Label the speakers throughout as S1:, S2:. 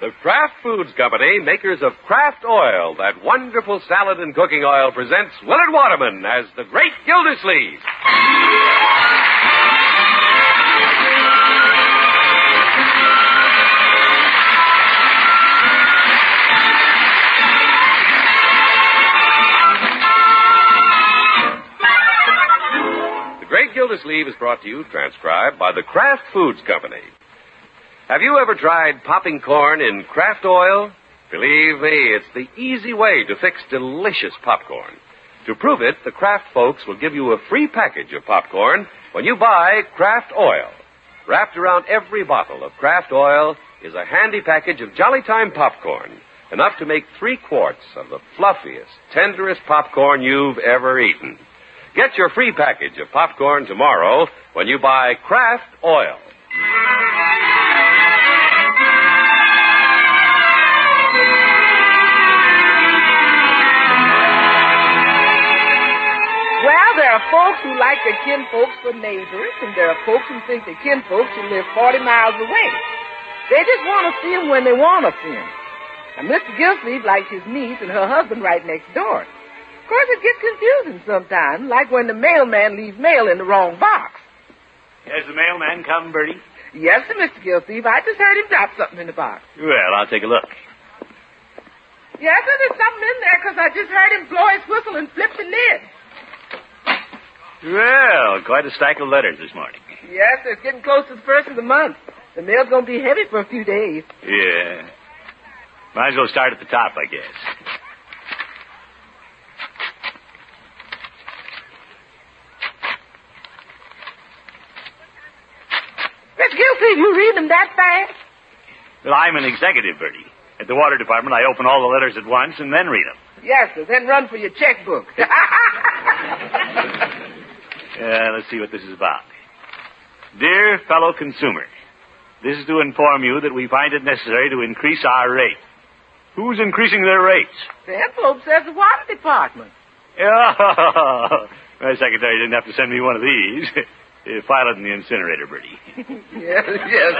S1: The Kraft Foods Company, makers of Kraft Oil, that wonderful salad and cooking oil, presents Willard Waterman as the Great Gildersleeve. The Great Gildersleeve is brought to you, transcribed, by the Kraft Foods Company. Have you ever tried popping corn in Kraft oil? Believe me, it's the easy way to fix delicious popcorn. To prove it, the Kraft folks will give you a free package of popcorn when you buy Kraft oil. Wrapped around every bottle of Kraft oil is a handy package of Jolly Time popcorn, enough to make three quarts of the fluffiest, tenderest popcorn you've ever eaten. Get your free package of popcorn tomorrow when you buy Kraft oil.
S2: Well, there are folks who like their kin folks for neighbors, and there are folks who think their kin folks who live 40 miles away. They just want to see 'em when they want to see 'em. And Mr. Gilsleeve likes his niece and her husband right next door. Of course, it gets confusing sometimes, like when the mailman leaves mail in the wrong box.
S3: Has the mailman come, Bertie?
S2: Yes, sir, Mr. Gilsleeve, I just heard him drop something in the box.
S3: Well, I'll take a look.
S2: Yes, sir, there's something in there 'cause I just heard him blow his whistle and flip the lid.
S3: Well, quite a stack of letters this morning.
S2: Yes, sir, it's getting close to the first of the month. The mail's going to be heavy for a few days.
S3: Yeah. Might as well start at the top, I guess.
S2: Miss Gilsey, you read them that fast?
S3: Well, I'm an executive, Bertie. At the water department, I open all the letters at once and then read them.
S2: Yes, sir. Then run for your checkbook.
S3: Uh, let's see what this is about. Dear fellow consumer, this is to inform you that we find it necessary to increase our rate. Who's increasing their rates?
S2: the envelope says the water department.
S3: Oh, my secretary didn't have to send me one of these. Uh, File it in the incinerator, Bertie.
S2: Yes, yes.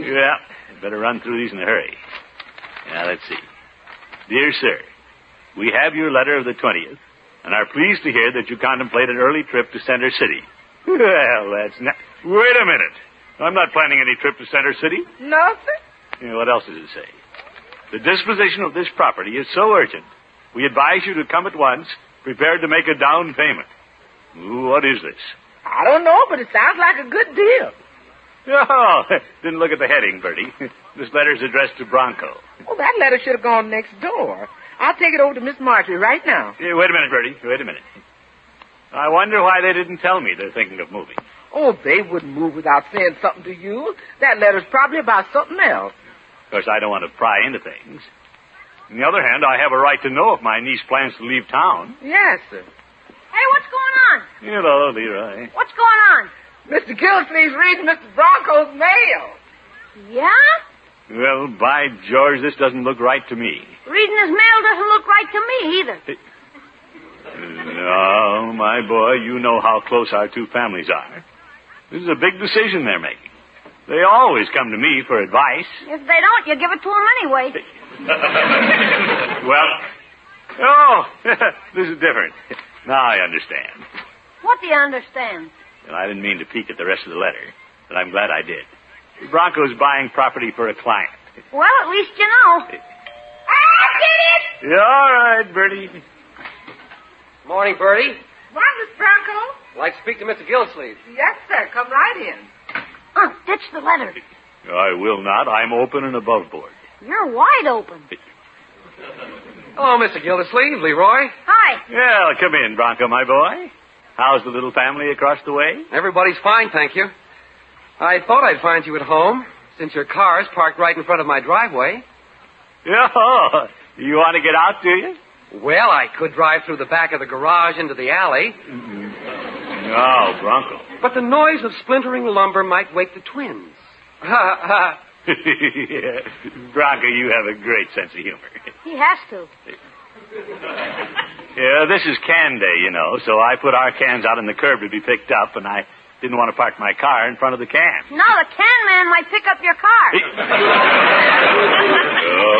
S3: Yeah, better run through these in a hurry. Now, let's see. Dear sir, we have your letter of the 20th and are pleased to hear that you contemplate an early trip to Center City. Well, that's not. Wait a minute. I'm not planning any trip to Center City.
S2: no, sir.
S3: You know, what else does it say? The disposition of this property is so urgent, we advise you to come at once, prepared to make a down payment. Ooh, what is this?
S2: I don't know, but it sounds like a good deal.
S3: Oh, didn't look at the heading, Bertie. This letter's addressed to Bronco.
S2: Well, Oh, that letter should have gone next door. I'll take it over to Miss Marjorie right now.
S3: Yeah, Eh, wait a minute, Bertie. Wait a minute. I wonder why they didn't tell me they're thinking of moving.
S2: Oh, they wouldn't move without saying something to you. That letter's probably about something else.
S3: Of course, I don't want to pry into things. On the other hand, I have a right to know if my niece plans to leave town.
S2: Yes, sir.
S4: Hey, what's going on?
S3: Hello, Leroy.
S4: What's going on?
S2: Mr. Gilsleeve's reading Mr. Bronco's mail.
S4: Yeah?
S3: Well, by George, this doesn't look right to me.
S4: Reading his mail doesn't look right to me either.
S3: No, my boy, you know how close our two families are. This is a big decision they're making. They always come to me for advice.
S4: If they don't, you give it to him anyway.
S3: Well, oh, this is different. Now I understand.
S4: What do you understand?
S3: And I didn't mean to peek at the rest of the letter, but I'm glad I did. Bronco's buying property for a client.
S4: Well, at least you know. I get it!
S3: All right, Bertie.
S5: Morning, Bertie.
S2: Why, Miss Bronco?
S5: I'd like to speak to Mr. Gilsleeve.
S2: Yes, sir. Come right in.
S4: Uh, ditch the letter.
S3: I will not. I'm open and above board.
S4: You're wide open.
S5: Hello, Mr. Oh, Gildersleeve. Leroy.
S4: Hi.
S3: Well, come in, Bronco, my boy. How's the little family across the way?
S5: Everybody's fine, thank you. I thought I'd find you at home, since your car is parked right in front of my driveway.
S3: Oh, you want to get out, do you?
S5: Well, I could drive through the back of the garage into the alley,
S3: No, Oh, Bronco.
S5: but the noise of splintering lumber might wake the twins.
S3: Bronco, you have a great sense of humor.
S4: He has to.
S3: Yeah, this is can day, you know, so I put our cans out on the curb to be picked up, and I didn't want to park my car in front of the can.
S4: Now the can man might pick up your car.
S3: Uh,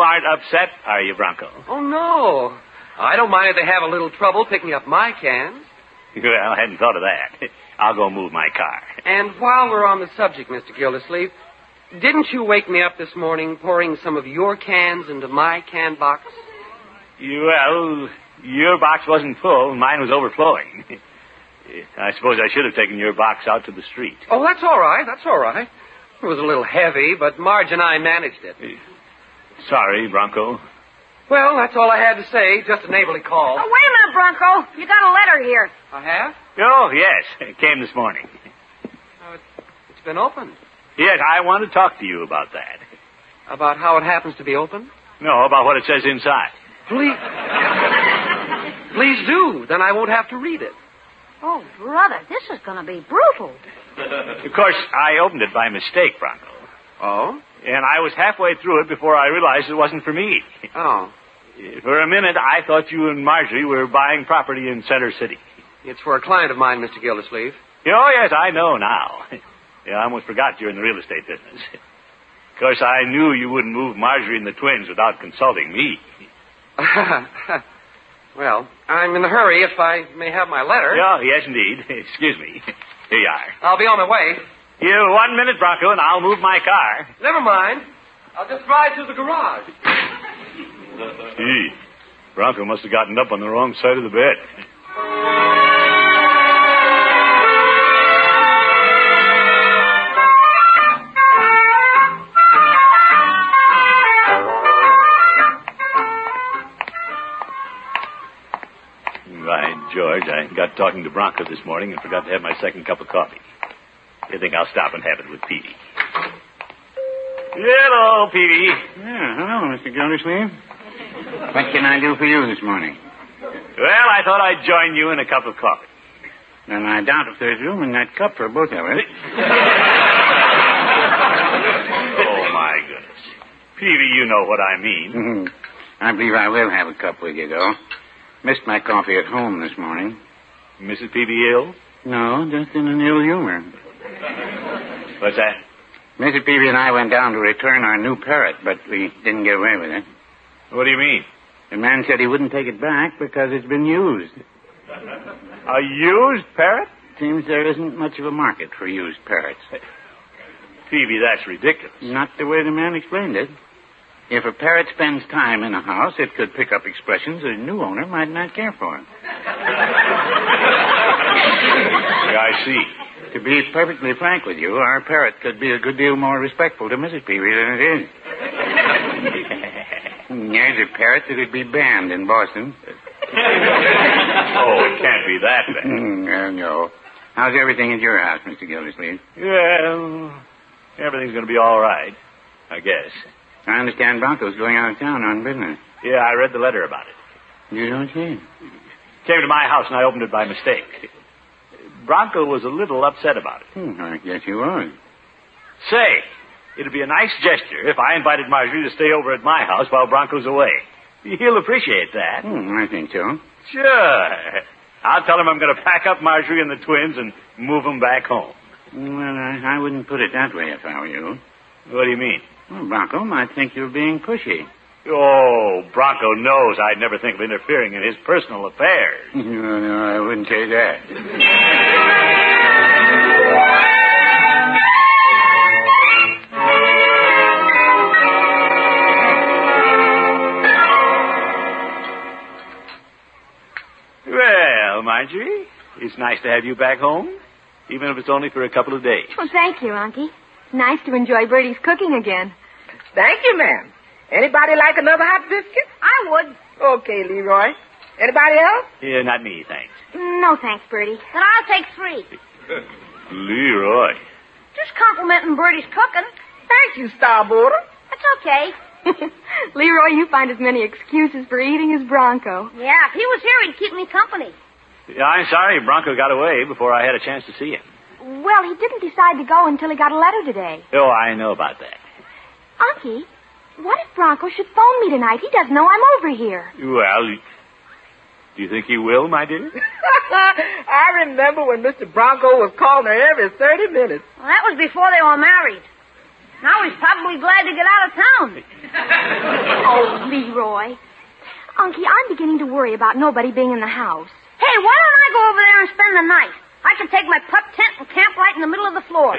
S3: aren't upset, are you, Bronco?
S5: Oh, no. I don't mind if they have a little trouble picking up my cans.
S3: Well, I hadn't thought of that. I'll go move my car.
S5: And while we're on the subject, Mr. Gildersleeve, didn't you wake me up this morning pouring some of your cans into my can box?
S3: Well, your box wasn't full. Mine was overflowing. I suppose I should have taken your box out to the street.
S5: Oh, that's all right. That's all right. It was a little heavy, but Marge and I managed it.
S3: Sorry, Bronco.
S5: Well, that's all I had to say. Just a neighborly call.
S4: Oh, wait a minute, Bronco. You got a letter here.
S5: I have?
S3: Oh, yes. It came this morning.
S5: Oh, it, it's been opened.
S3: Yes, I want to talk to you about that.
S5: About how it happens to be open?
S3: No, about what it says inside.
S5: Please. Please do. Then I won't have to read it.
S4: Oh, brother, this is going to be brutal.
S3: Of course, I opened it by mistake, Bronco.
S5: Oh?
S3: And I was halfway through it before I realized it wasn't for me.
S5: Oh.
S3: For a minute, I thought you and Marjorie were buying property in Center City.
S5: It's for a client of mine, Mr. Gildersleeve.
S3: Oh, yes, I know now. Yeah, I almost forgot you're in the real estate business. Of course, I knew you wouldn't move Marjorie and the twins without consulting me.
S5: well, I'm in a hurry if I may have my letter.
S3: Oh, yes, indeed. Excuse me. Here you are.
S5: I'll be on my way.
S3: You one minute, Bronco, and I'll move my car.
S5: Never mind. I'll just drive to the garage.
S3: Gee, Bronco must have gotten up on the wrong side of the bed. Right, George, I got talking to Bronco this morning and forgot to have my second cup of coffee. You think I'll stop and have it with Peavy? Hello, Peavy.
S6: Yeah, hello, Mr. Gildersleeve. What can I do for you this morning?
S3: Well, I thought I'd join you in a cup of coffee.
S6: Then I doubt if there's room in that cup for both of us.
S3: Oh, my goodness. Peavy, you know what I mean.
S6: Mhm. I believe I will have a cup with you, though. Missed my coffee at home this morning.
S3: Mrs. Peavy ill?
S6: No, just in an ill humor.
S3: What's that?
S6: Mrs. Peavy and I went down to return our new parrot, but we didn't get away with it.
S3: What do you mean?
S6: The man said he wouldn't take it back because it's been used.
S3: A used parrot?
S6: Seems there isn't much of a market for used parrots.
S3: Peavy, that's ridiculous.
S6: Not the way the man explained it. If a parrot spends time in a house, it could pick up expressions that a new owner might not care for.
S3: I see.
S6: To be perfectly frank with you, our parrot could be a good deal more respectful to Mrs. Peavy than it is. There's a parrot that would be banned in Boston.
S3: Oh, it can't be that
S6: Hmm,
S3: bad.
S6: well, no. How's everything at your house, Mr. Gildersleeve?
S3: Well, everything's going to be all right, I guess.
S6: I understand Bronco's going out of town on business.
S3: Yeah, I read the letter about it.
S6: You don't see?
S3: Came to my house and I opened it by mistake. Bronco was a little upset about it.
S6: Hmm, I guess you was.
S3: Say, it'd be a nice gesture if I invited Marjorie to stay over at my house while Bronco's away. He'll appreciate that.
S6: Hmm, I think so.
S3: Sure. I'll tell him I'm going to pack up Marjorie and the twins and move them back home.
S6: Well, I, I wouldn't put it that way if I were you.
S3: What do you mean?
S6: Well, Oh, Bronco might think you're being pushy.
S3: Oh, Bronco knows I'd never think of interfering in his personal affairs.
S6: no, no, I wouldn't say that.
S3: Well, Marjorie, it's nice to have you back home, even if it's only for a couple of days.
S4: Oh, thank you, Unky. Nice to enjoy Bertie's cooking again.
S2: Thank you, ma'am. Anybody like another hot biscuit?
S4: I would.
S2: Okay, Leroy. Anybody else?
S3: Yeah, not me, thanks.
S4: No, thanks, Bertie. Then I'll take three.
S3: Leroy.
S4: Just complimenting Bertie's cooking.
S2: Thank you, Starboarder.
S4: That's okay.
S7: Leroy, you find as many excuses for eating as Bronco.
S4: Yeah, if he was here, he'd keep me company.
S3: I'm sorry Bronco got away before I had a chance to see him.
S7: Well, he didn't decide to go until he got a letter today.
S3: Oh, I know about that.
S7: Unky, what if Bronco should phone me tonight? He doesn't know I'm over here.
S3: Well, do you think he will, my dear?
S2: I remember when Mr. Bronco was calling her every 30 minutes.
S4: Well, that was before they were married. Now he's probably glad to get out of town.
S7: Oh, Leroy. Unky, I'm beginning to worry about nobody being in the house.
S4: Hey, why don't I go over there and spend the night? I could take my pup tent and camp right in the middle of the floor.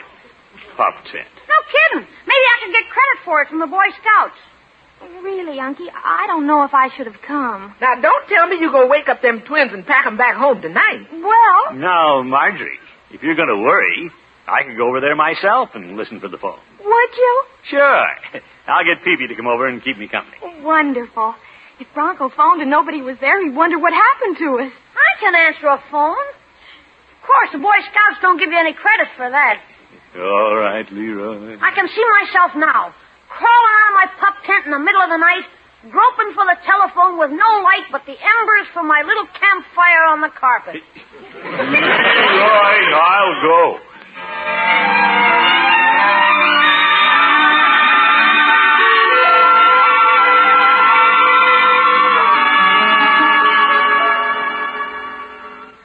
S3: Pop tent.
S4: No kidding. Maybe I could get credit for it from the Boy Scouts.
S7: Really, Unky, I don't know if I should have come.
S2: Now, don't tell me you're going to wake up them twins and pack 'em back home tonight.
S7: Well,
S3: No, Marjorie, if you're going to worry, I could go over there myself and listen for the phone.
S7: would you?
S3: Sure. I'll get Peavy to come over and keep me company.
S7: Wonderful. If Bronco phoned and nobody was there, he'd wonder what happened to us.
S4: I can answer a phone. Of course, the Boy Scouts don't give you any credit for that.
S3: All right, Leroy.
S4: I can see myself now, crawling out of my pup tent in the middle of the night, groping for the telephone with no light but the embers from my little campfire on the carpet.
S3: Leroy, I'll go.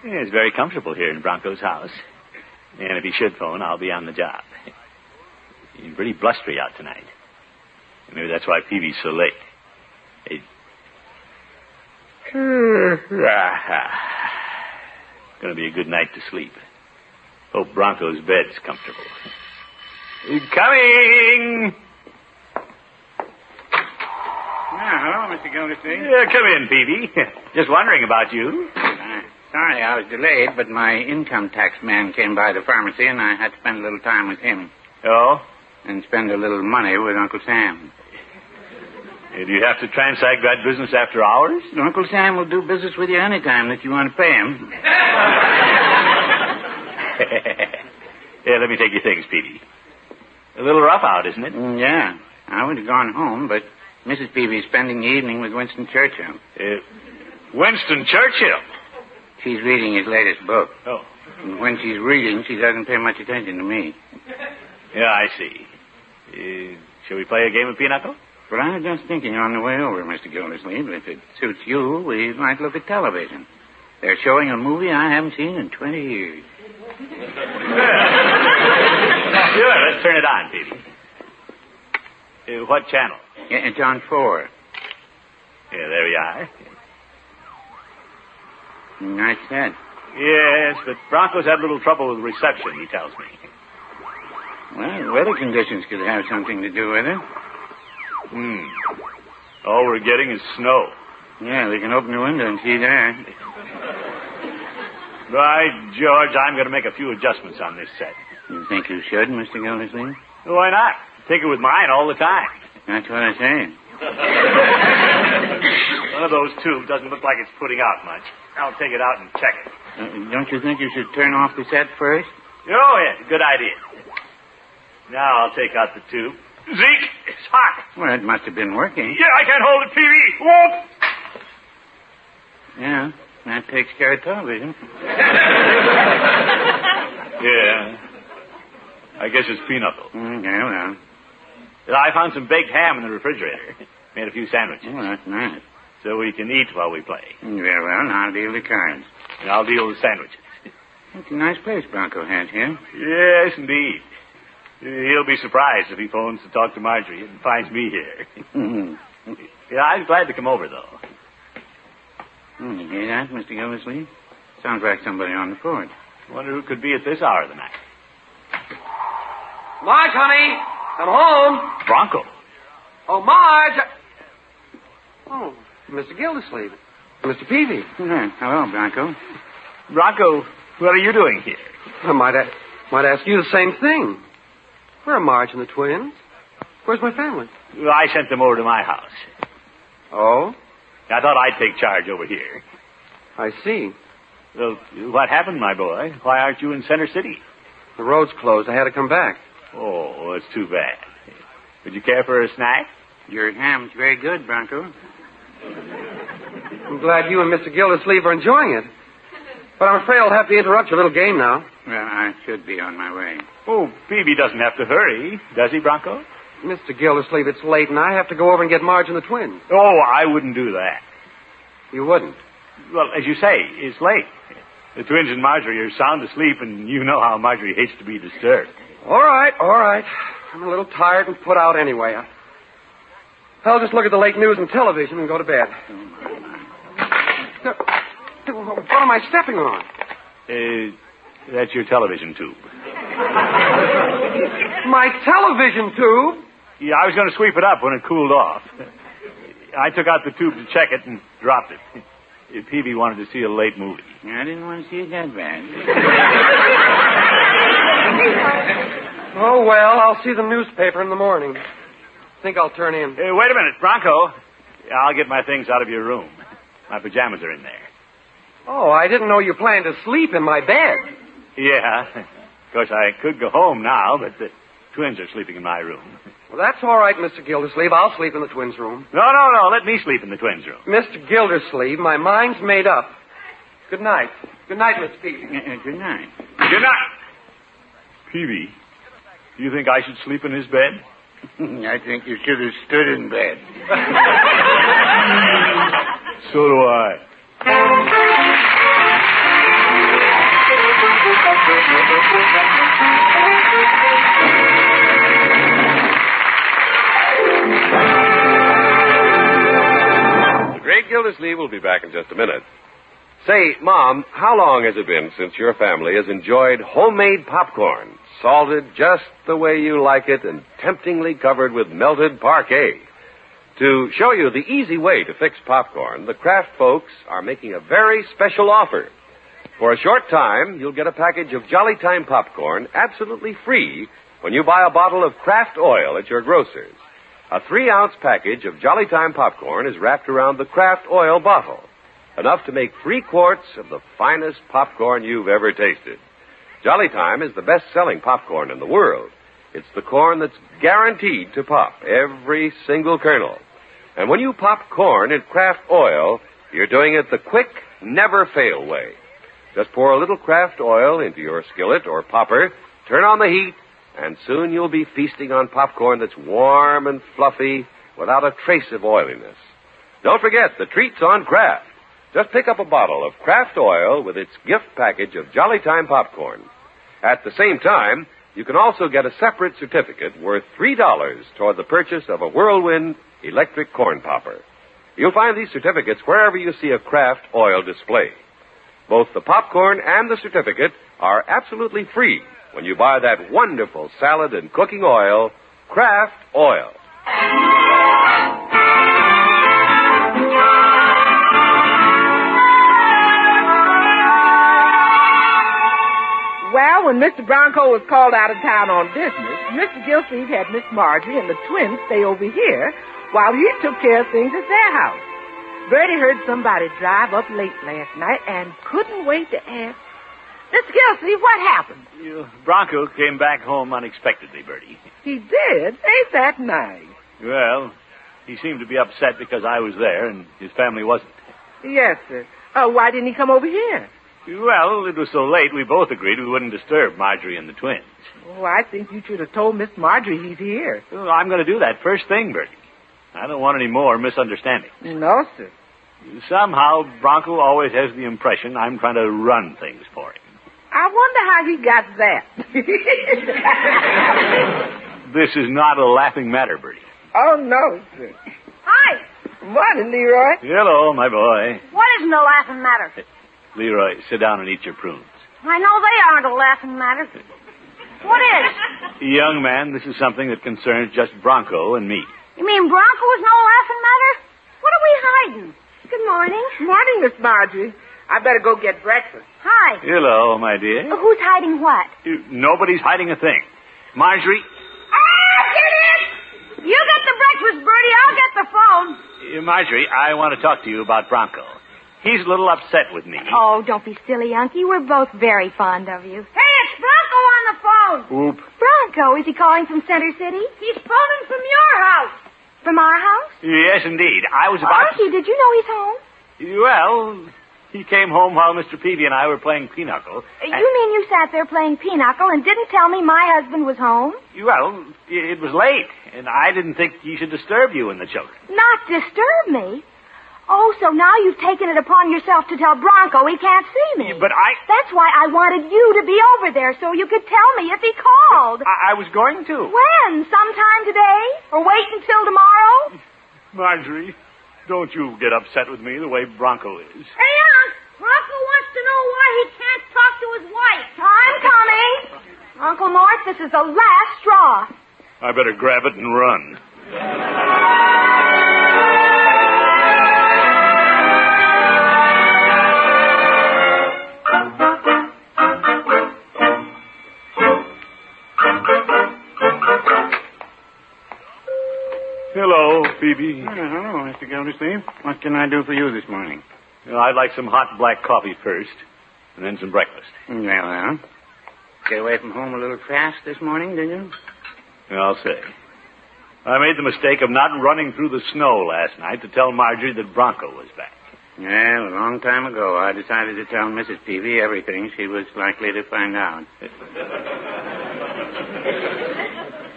S3: Yeah, It's very comfortable here in Bronco's house. And if he should phone, I'll be on the job. It's pretty blustery out tonight. Maybe that's why Peavy's so late. It... Ah, Gonna be a good night to sleep. Hope Bronco's bed's comfortable. Coming!
S6: Ah, hello, Mr. Gildersleeve.
S3: Yeah, come in, Peavy. Just wondering about you.
S6: Uh, sorry I was delayed, but my income tax man came by the pharmacy, and I had to spend a little time with him
S3: Oh?
S6: and spend a little money with Uncle Sam.
S3: Do you have to transact that business after hours?
S6: Uncle Sam will do business with you any time that you want to pay him.
S3: yeah, let me take your things, Peavy. A little rough out, isn't it?
S6: Mm, Yeah, I would have gone home, but Mrs. Peavy's spending the evening with Winston Churchill.
S3: Uh, Winston Churchill.
S6: She's reading his latest book.
S3: Oh.
S6: And when she's reading, she doesn't pay much attention to me.
S3: Yeah, I see. Uh, shall we play a game of pinochle?
S6: But I was just thinking on the way over, Mr. Gildersleeve, if it suits you, we might look at television. They're showing a movie I haven't seen in 20 years.
S3: Sure, let's turn it on, Peavy. Uh, what channel?
S6: Yeah, uh, It's on four.
S3: Yeah, there we are.
S6: Nice set.
S3: Yes, but Broncos had a little trouble with reception, he tells me.
S6: Well, weather conditions could have something to do with it.
S3: Hmm. All we're getting is snow.
S6: Yeah, we can open the window and see there.
S3: Right, George, I'm going to make a few adjustments on this set.
S6: You think you should, Mr. Gildersleeve?
S3: Why not? Take it with mine all the time.
S6: That's what I say.
S3: One of those tubes doesn't look like it's putting out much. I'll take it out and check it.
S6: Uh, don't you think you should turn off the set first?
S3: Oh, yeah, good idea. Now I'll take out the tube. Zeke, it's hot.
S6: Well, it must have been working.
S3: Yeah, I can't hold it, Peavy. Whoop!
S6: Yeah, that takes care of television.
S3: Yeah. I guess it's pinochle.
S6: Mm, yeah, well,
S3: I found some baked ham in the refrigerator. Made a few sandwiches.
S6: well, that's nice.
S3: So we can eat while we play.
S6: Very well, now deal the cards.
S3: And I'll deal with sandwiches.
S6: It's a nice place Bronco has here.
S3: Yes, indeed. He'll be surprised if he phones to talk to Marjorie and finds me here.
S6: Mm.
S3: Yeah, I'm glad to come over, though.
S6: Mm, you hear that, Mr. Gildersleeve? Sounds like somebody on the porch.
S3: Wonder who could be at this hour of the night.
S5: Marge, honey, I'm home.
S3: Bronco.
S5: Oh, Marge. Oh, Mr. Gildersleeve. Mr. Peavy.
S6: Yeah, hello, Bronco.
S3: Bronco, what are you doing here?
S5: I might, a- might ask you the same thing. Where are Marge and the twins? Where's my family?
S3: Well, I sent them over to my house.
S5: Oh,
S3: I thought I'd take charge over here.
S5: I see.
S3: Well, what happened, my boy? Why aren't you in Center City?
S5: The road's closed. I had to come back.
S3: Oh, it's too bad. Would you care for a snack?
S6: Your ham's very good, Bronco.
S5: I'm glad you and Mr. Gildersleeve are enjoying it. But I'm afraid I'll have to interrupt your little game now.
S6: Well, I should be on my way.
S3: Oh, Phoebe doesn't have to hurry, does he, Bronco?
S5: Mr. Gildersleeve, it's late, and I have to go over and get Marge and the twins.
S3: Oh, I wouldn't do that.
S5: You wouldn't.
S3: Well, as you say, it's late. The twins and Marjorie are sound asleep, and you know how Marjorie hates to be disturbed.
S5: All right, all right. I'm a little tired and put out anyway. I- I'll just look at the late news and television and go to bed. No, What am I stepping on?
S3: Uh, that's your television tube.
S5: My television tube?
S3: Yeah, I was going to sweep it up when it cooled off. I took out the tube to check it and dropped it. Uh, Peavy wanted to see a late movie.
S6: I didn't want to see it that bad.
S5: Oh, well, I'll see the newspaper in the morning. Think I'll turn in.
S3: Hey, Uh, wait a minute, Bronco. I'll get my things out of your room. My pajamas are in there.
S5: Oh, I didn't know you planned to sleep in my bed.
S3: Yeah. Of course, I could go home now, but the twins are sleeping in my room.
S5: Well, that's all right, Mr. Gildersleeve. I'll sleep in the twins' room.
S3: No, no, no. Let me sleep in the twins' room.
S5: Mr. Gildersleeve, my mind's made up. Good night. Good night, Miss Peavy.
S6: Uh, uh, good night.
S3: Good night. Peavy, do you think I should sleep in his bed?
S6: Mm, I think you should have stood in bed.
S3: So do I.
S1: The great Gildersleeve will be back in just a minute. Say, Mom, how long has it been since your family has enjoyed homemade popcorn, salted just the way you like it and temptingly covered with melted parquet? To show you the easy way to fix popcorn, the Kraft folks are making a very special offer. For a short time, you'll get a package of Jolly Time popcorn absolutely free when you buy a bottle of Kraft oil at your grocer's. A three ounce package of Jolly Time popcorn is wrapped around the Kraft oil bottle, enough to make three quarts of the finest popcorn you've ever tasted. Jolly Time is the best selling popcorn in the world. It's the corn that's guaranteed to pop, every single kernel. And when you pop corn in Kraft oil, you're doing it the quick, never fail way. Just pour a little Kraft oil into your skillet or popper, turn on the heat, and soon you'll be feasting on popcorn that's warm and fluffy without a trace of oiliness. Don't forget the treats on Kraft. Just pick up a bottle of Kraft Oil with its gift package of Jolly Time popcorn. At the same time, you can also get a separate certificate worth $3 toward the purchase of a Whirlwind electric corn popper. You'll find these certificates wherever you see a Kraft Oil display. Both the popcorn and the certificate are absolutely free when you buy that wonderful salad and cooking oil, Kraft Oil.
S2: Well, when Mr. Bronco was called out of town on business, Mr. Gilsleeve had Miss Marjorie and the twins stay over here while he took care of things at their house. Bertie heard somebody drive up late last night and couldn't wait to ask, Mr. Gilsleeve, what happened?
S3: You, Bronco came back home unexpectedly, Bertie.
S2: He did. Ain't that nice?
S3: Well, he seemed to be upset because I was there and his family wasn't.
S2: Yes, sir. Uh, why didn't he come over here?
S3: Well, it was so late we both agreed we wouldn't disturb Marjorie and the twins.
S2: Oh, I think you should have told Miss Marjorie he's here.
S3: Well, I'm going to do that first thing, Bertie. I don't want any more misunderstanding.
S2: No, sir.
S3: Somehow, Bronco always has the impression I'm trying to run things for him.
S2: I wonder how he got that.
S3: This is not a laughing matter, Bertie.
S2: oh, no, sir.
S4: Hi.
S2: Morning, Leroy.
S3: Hello, my boy.
S4: What isn't a laughing matter?
S3: Leroy, sit down and eat your prunes.
S4: I know they aren't a laughing matter. What is?
S3: Young man, this is something that concerns just Bronco and me.
S4: You mean Bronco is no laughing matter? What are we hiding? Good morning.
S2: Morning, Miss Marjorie. I better go get breakfast.
S4: Hi.
S3: Hello, my dear.
S7: Who's hiding what?
S3: You- Nobody's hiding a thing. Marjorie,
S4: Ah, get it! You get the breakfast, Bertie. I'll get the phone.
S3: uh, Marjorie, I want to talk to you about Bronco. He's a little upset with me.
S7: Oh, don't be silly, Unky. We're both very fond of you.
S4: Hey, it's Bronco on the phone.
S3: Oop.
S7: Bronco, is he calling from Center City?
S4: He's phoning from your house.
S7: From our house?
S3: Yes, indeed. I was about.
S7: Unky, did you know he's home?
S3: Well, he came home while Mr. Peavy and I were playing pinochle. and-
S7: You mean you sat there playing pinochle and didn't tell me my husband was home?
S3: Well, it was late, and I didn't think he should disturb you and the children.
S7: Not disturb me. Oh, so now you've taken it upon yourself to tell Bronco he can't see me.
S3: But I.
S7: That's why I wanted you to be over there so you could tell me if he called.
S3: I, I was going to.
S7: When? Sometime today? Or wait until tomorrow?
S3: Marjorie, don't you get upset with me the way Bronco is.
S4: Hey, Unc, Bronco wants to know why he can't talk to his wife.
S7: I'm coming. Uncle Mort, this is the last straw.
S3: I better grab it and run. Hello, Phoebe.
S6: Oh, hello, Mr. Gildersleeve. What can I do for you this morning?
S3: You know, I'd like some hot black coffee first, and then some breakfast.
S6: Mm, Well, well. Get away from home a little fast this morning, did you?
S3: And I'll say. I made the mistake of not running through the snow last night to tell Marjorie that Bronco was back.
S6: Well, a long time ago, I decided to tell Mrs. Peavy everything she was likely to find out.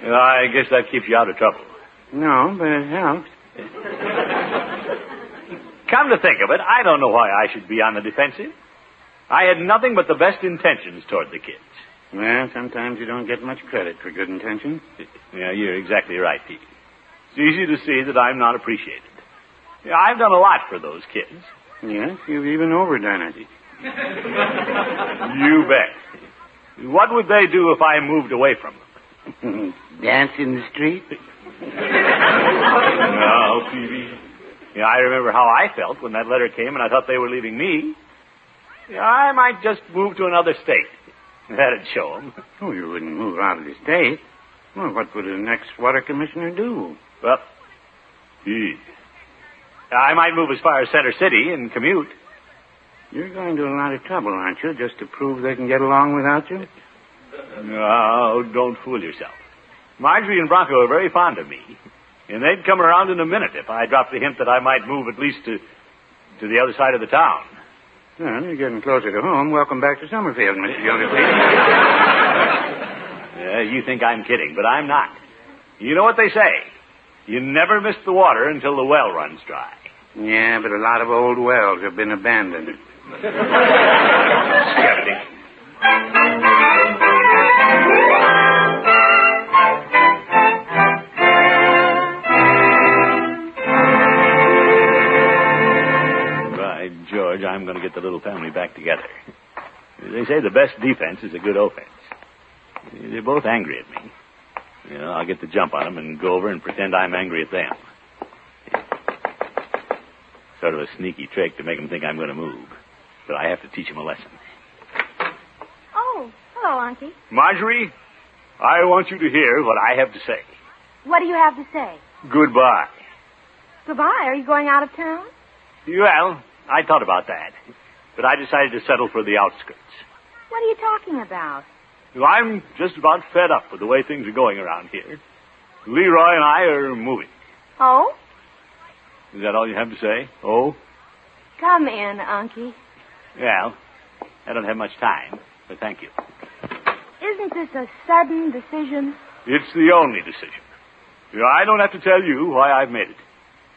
S3: You know, I guess that keeps you out of trouble.
S6: No, but it helps.
S3: Come to think of it, I don't know why I should be on the defensive. I had nothing but the best intentions toward the kids.
S6: Well, sometimes you don't get much credit for good intention.
S3: Yeah, you're exactly right, Pete. It's easy to see that I'm not appreciated. Yeah, I've done a lot for those kids.
S6: Yes, you've even overdone it.
S3: You bet. What would they do if I moved away from them?
S6: Dance in the street?
S3: No, Phoebe. Yeah, I remember how I felt when that letter came and I thought they were leaving me. Yeah, I might just move to another state. That'd show 'em.
S6: Oh, you wouldn't move out of the state. Well, what would the next water commissioner do?
S3: Well, gee. I might move as far as Center City and commute.
S6: You're going to a lot of trouble, aren't you, just to prove they can get along without you?
S3: No, don't fool yourself. Marjorie and Bronco are very fond of me, and they'd come around in a minute if I dropped the hint that I might move at least to to the other side of the town.
S6: Well, you're getting closer to home. Welcome back to Summerfield, Mr. Gildersleeve.
S3: Yeah, you think I'm kidding, but I'm not. You know what they say. You never miss the water until the well runs dry.
S6: yeah, but a lot of old wells have been abandoned.
S3: Skeptic. By George, I'm going to get the little family back together. They say the best defense is a good offense. They're both angry at me. You know, I'll get the jump on them and go over and pretend I'm angry at them. Sort of a sneaky trick to make them think I'm going to move. But I have to teach them a lesson.
S7: Oh, hello, Unky.
S3: Marjorie, I want you to hear what I have to say.
S7: What do you have to say?
S3: Goodbye.
S7: Goodbye. Are you going out of town?
S3: Well, I thought about that, but I decided to settle for the outskirts.
S7: What are you talking about?
S3: I'm just about fed up with the way things are going around here. Leroy and I are moving.
S7: Oh,
S3: Is that all you have to say? Oh?
S7: come in, Unky.
S3: Well, I don't have much time, but thank you.
S7: Isn't this a sudden decision?
S3: It's the only decision. You know, I don't have to tell you why I've made it.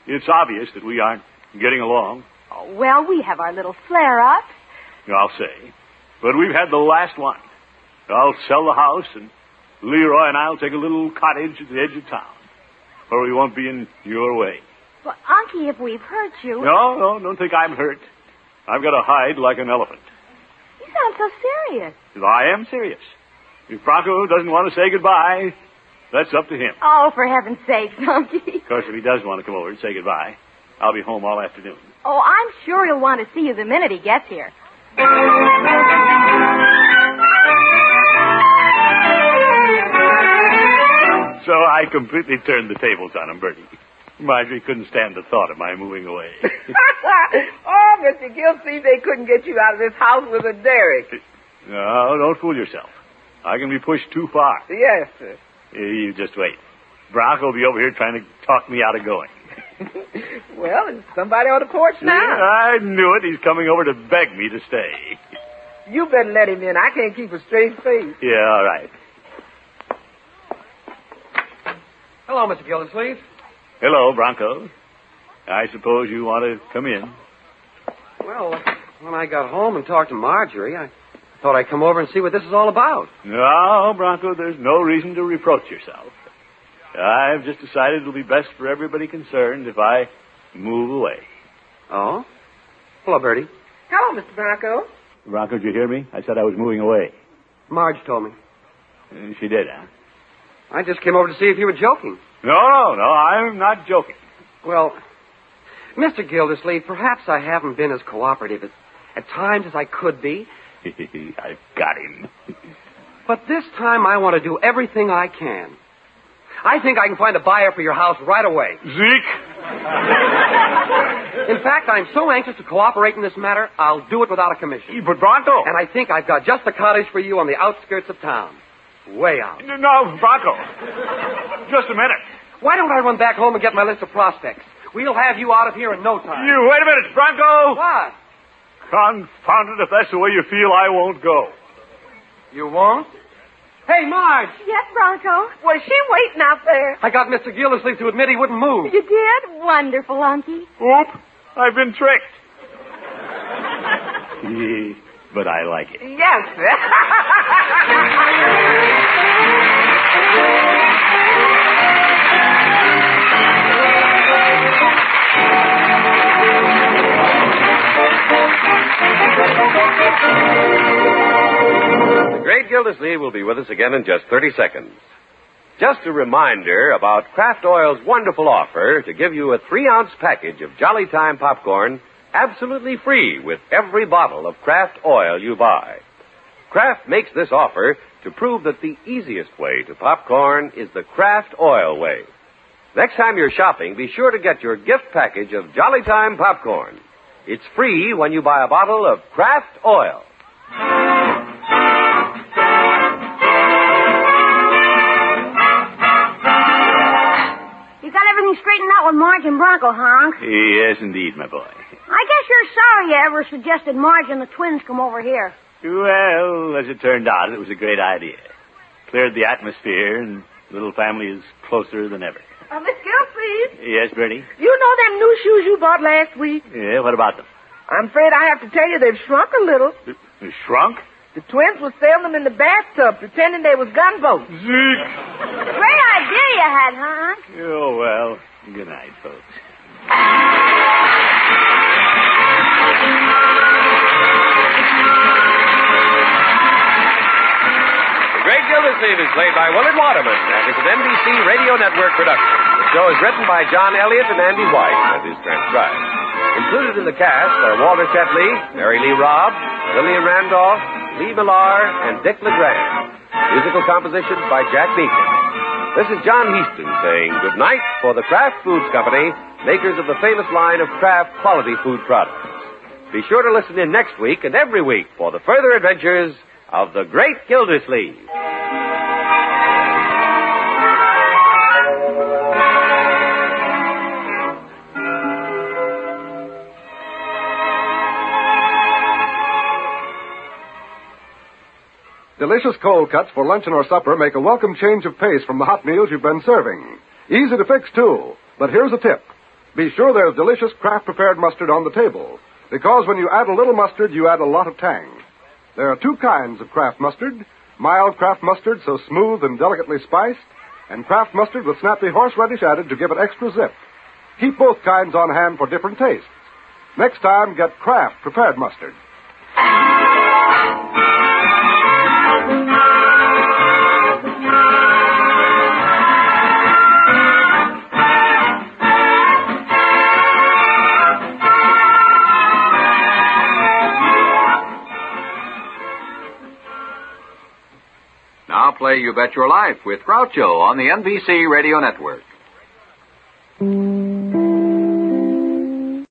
S3: It's obvious that we aren't getting along,
S7: Oh, well, we have our little flare-ups.
S3: I'll say. But we've had the last one. I'll sell the house, and Leroy and I'll take a little cottage at the edge of town, where we won't be in your way.
S7: Well, Unky, if we've hurt you,
S3: No, no, don't think I'm hurt. I've got to hide like an elephant.
S7: you sound so serious.
S3: I am serious. If Bronco doesn't want to say goodbye, that's up to him.
S7: Oh, for heaven's sake, Unky.
S3: Of course, if he does want to come over and say goodbye, I'll be home all afternoon.
S7: Oh, I'm sure he'll want to see you the minute he gets here.
S3: So I completely turned the tables on him, Bertie. Marjorie couldn't stand the thought of my moving away.
S2: oh, Mr. Gilsey, they couldn't get you out of this house with a derrick.
S3: no, Uh, don't fool yourself. I can be pushed too far.
S2: Yes, sir.
S3: Uh, You just wait. Bronco will be over here trying to talk me out of going.
S2: Well, there's somebody on the porch now.
S3: I knew it. He's coming over to beg me to stay.
S2: You better let him in. I can't keep a straight face.
S3: Yeah, all right.
S5: Hello, Mr. Gildersleeve.
S3: Hello, Bronco. I suppose you want to come in.
S2: Well, when I got home and talked to Marjorie, I thought I'd come over and see what this is all about.
S3: No, Bronco, there's no reason to reproach yourself. I've just decided it'll be best for everybody concerned if I move away.
S2: Oh? Hello, Bertie.
S8: Hello, Mr. Bronco.
S3: Bronco, did you hear me? I said I was moving away.
S2: Marge told me.
S3: Uh, She did, huh?
S2: I just came over to see if you were joking.
S3: No, no, no, I'm not joking.
S2: Well, Mr. Gildersleeve, perhaps I haven't been as cooperative as, at times as I could be,
S3: I've got him.
S2: but this time I want to do everything I can. I think I can find a buyer for your house right away.
S3: Zeke!
S2: In fact, I'm so anxious to cooperate in this matter, I'll do it without a commission.
S3: But Bronco!
S2: And I think I've got just a cottage for you on the outskirts of town. Way out.
S3: No, Bronco. Just a minute.
S2: Why don't I run back home and get my list of prospects? We'll have you out of here in no time.
S3: You, wait a minute, Bronco!
S2: What?
S3: Confound it, if that's the way you feel, I won't go.
S2: You won't? Hey, Marge!
S9: Yes, Bronco.
S4: Was she waiting out there?
S2: I got Mr. Gildersleeve to admit he wouldn't move.
S9: You did? Wonderful, Unky.
S3: Oop, I've been tricked. but I like it.
S8: Yes.
S1: The great Gildersleeve will be with us again in just 30 seconds. Just a reminder about Kraft Oil's wonderful offer to give you a three ounce package of Jolly Time popcorn absolutely free with every bottle of Kraft Oil you buy. Kraft makes this offer to prove that the easiest way to popcorn is the Kraft Oil way. Next time you're shopping, be sure to get your gift package of Jolly Time popcorn. It's free when you buy a bottle of Kraft Oil.
S4: You got everything straightened out with Marge and Bronco, Honk.
S3: Yes, indeed, my boy.
S4: I guess you're sorry you ever suggested Marge and the twins come over here.
S3: Well, as it turned out, it was a great idea. Cleared the atmosphere, and the little family is closer than ever.
S8: Uh, Miss Gildersleeve,
S3: Yes, Bertie?
S8: you know them new shoes you bought last week?
S3: Yeah, what about them?
S8: I'm afraid I have to tell you they've shrunk a little.
S3: They Shrunk?
S8: The twins were sailing in the bathtub pretending they was gunboats.
S3: Zeke!
S4: Great idea you had, huh?
S3: Oh, well, good night, folks.
S1: The Great Gildersleeve is played by Willard Waterman and is an NBC Radio Network production. The show is written by John Elliott and Andy White and is transcribed. Included in the cast are Walter Tetley, Mary Lee Robb, Lillian Randolph, Lee Millar, and Dick LeGrand. Musical compositions by Jack Beacon. This is John Heaston saying good night for the Kraft Foods Company, makers of the famous line of Kraft quality food products. Be sure to listen in next week and every week for the further adventures of the Great Gildersleeve.
S5: Delicious cold cuts for luncheon or supper make a welcome change of pace from the hot meals you've been serving. Easy to fix, too. But here's a tip. Be sure there's delicious craft prepared mustard on the table, because when you add a little mustard, you add a lot of tang. There are two kinds of craft mustard mild craft mustard, so smooth and delicately spiced, and craft mustard with snappy horseradish added to give it extra zip. Keep both kinds on hand for different tastes. Next time, get craft prepared mustard.
S10: Now play You Bet Your Life with Groucho on the NBC Radio Network.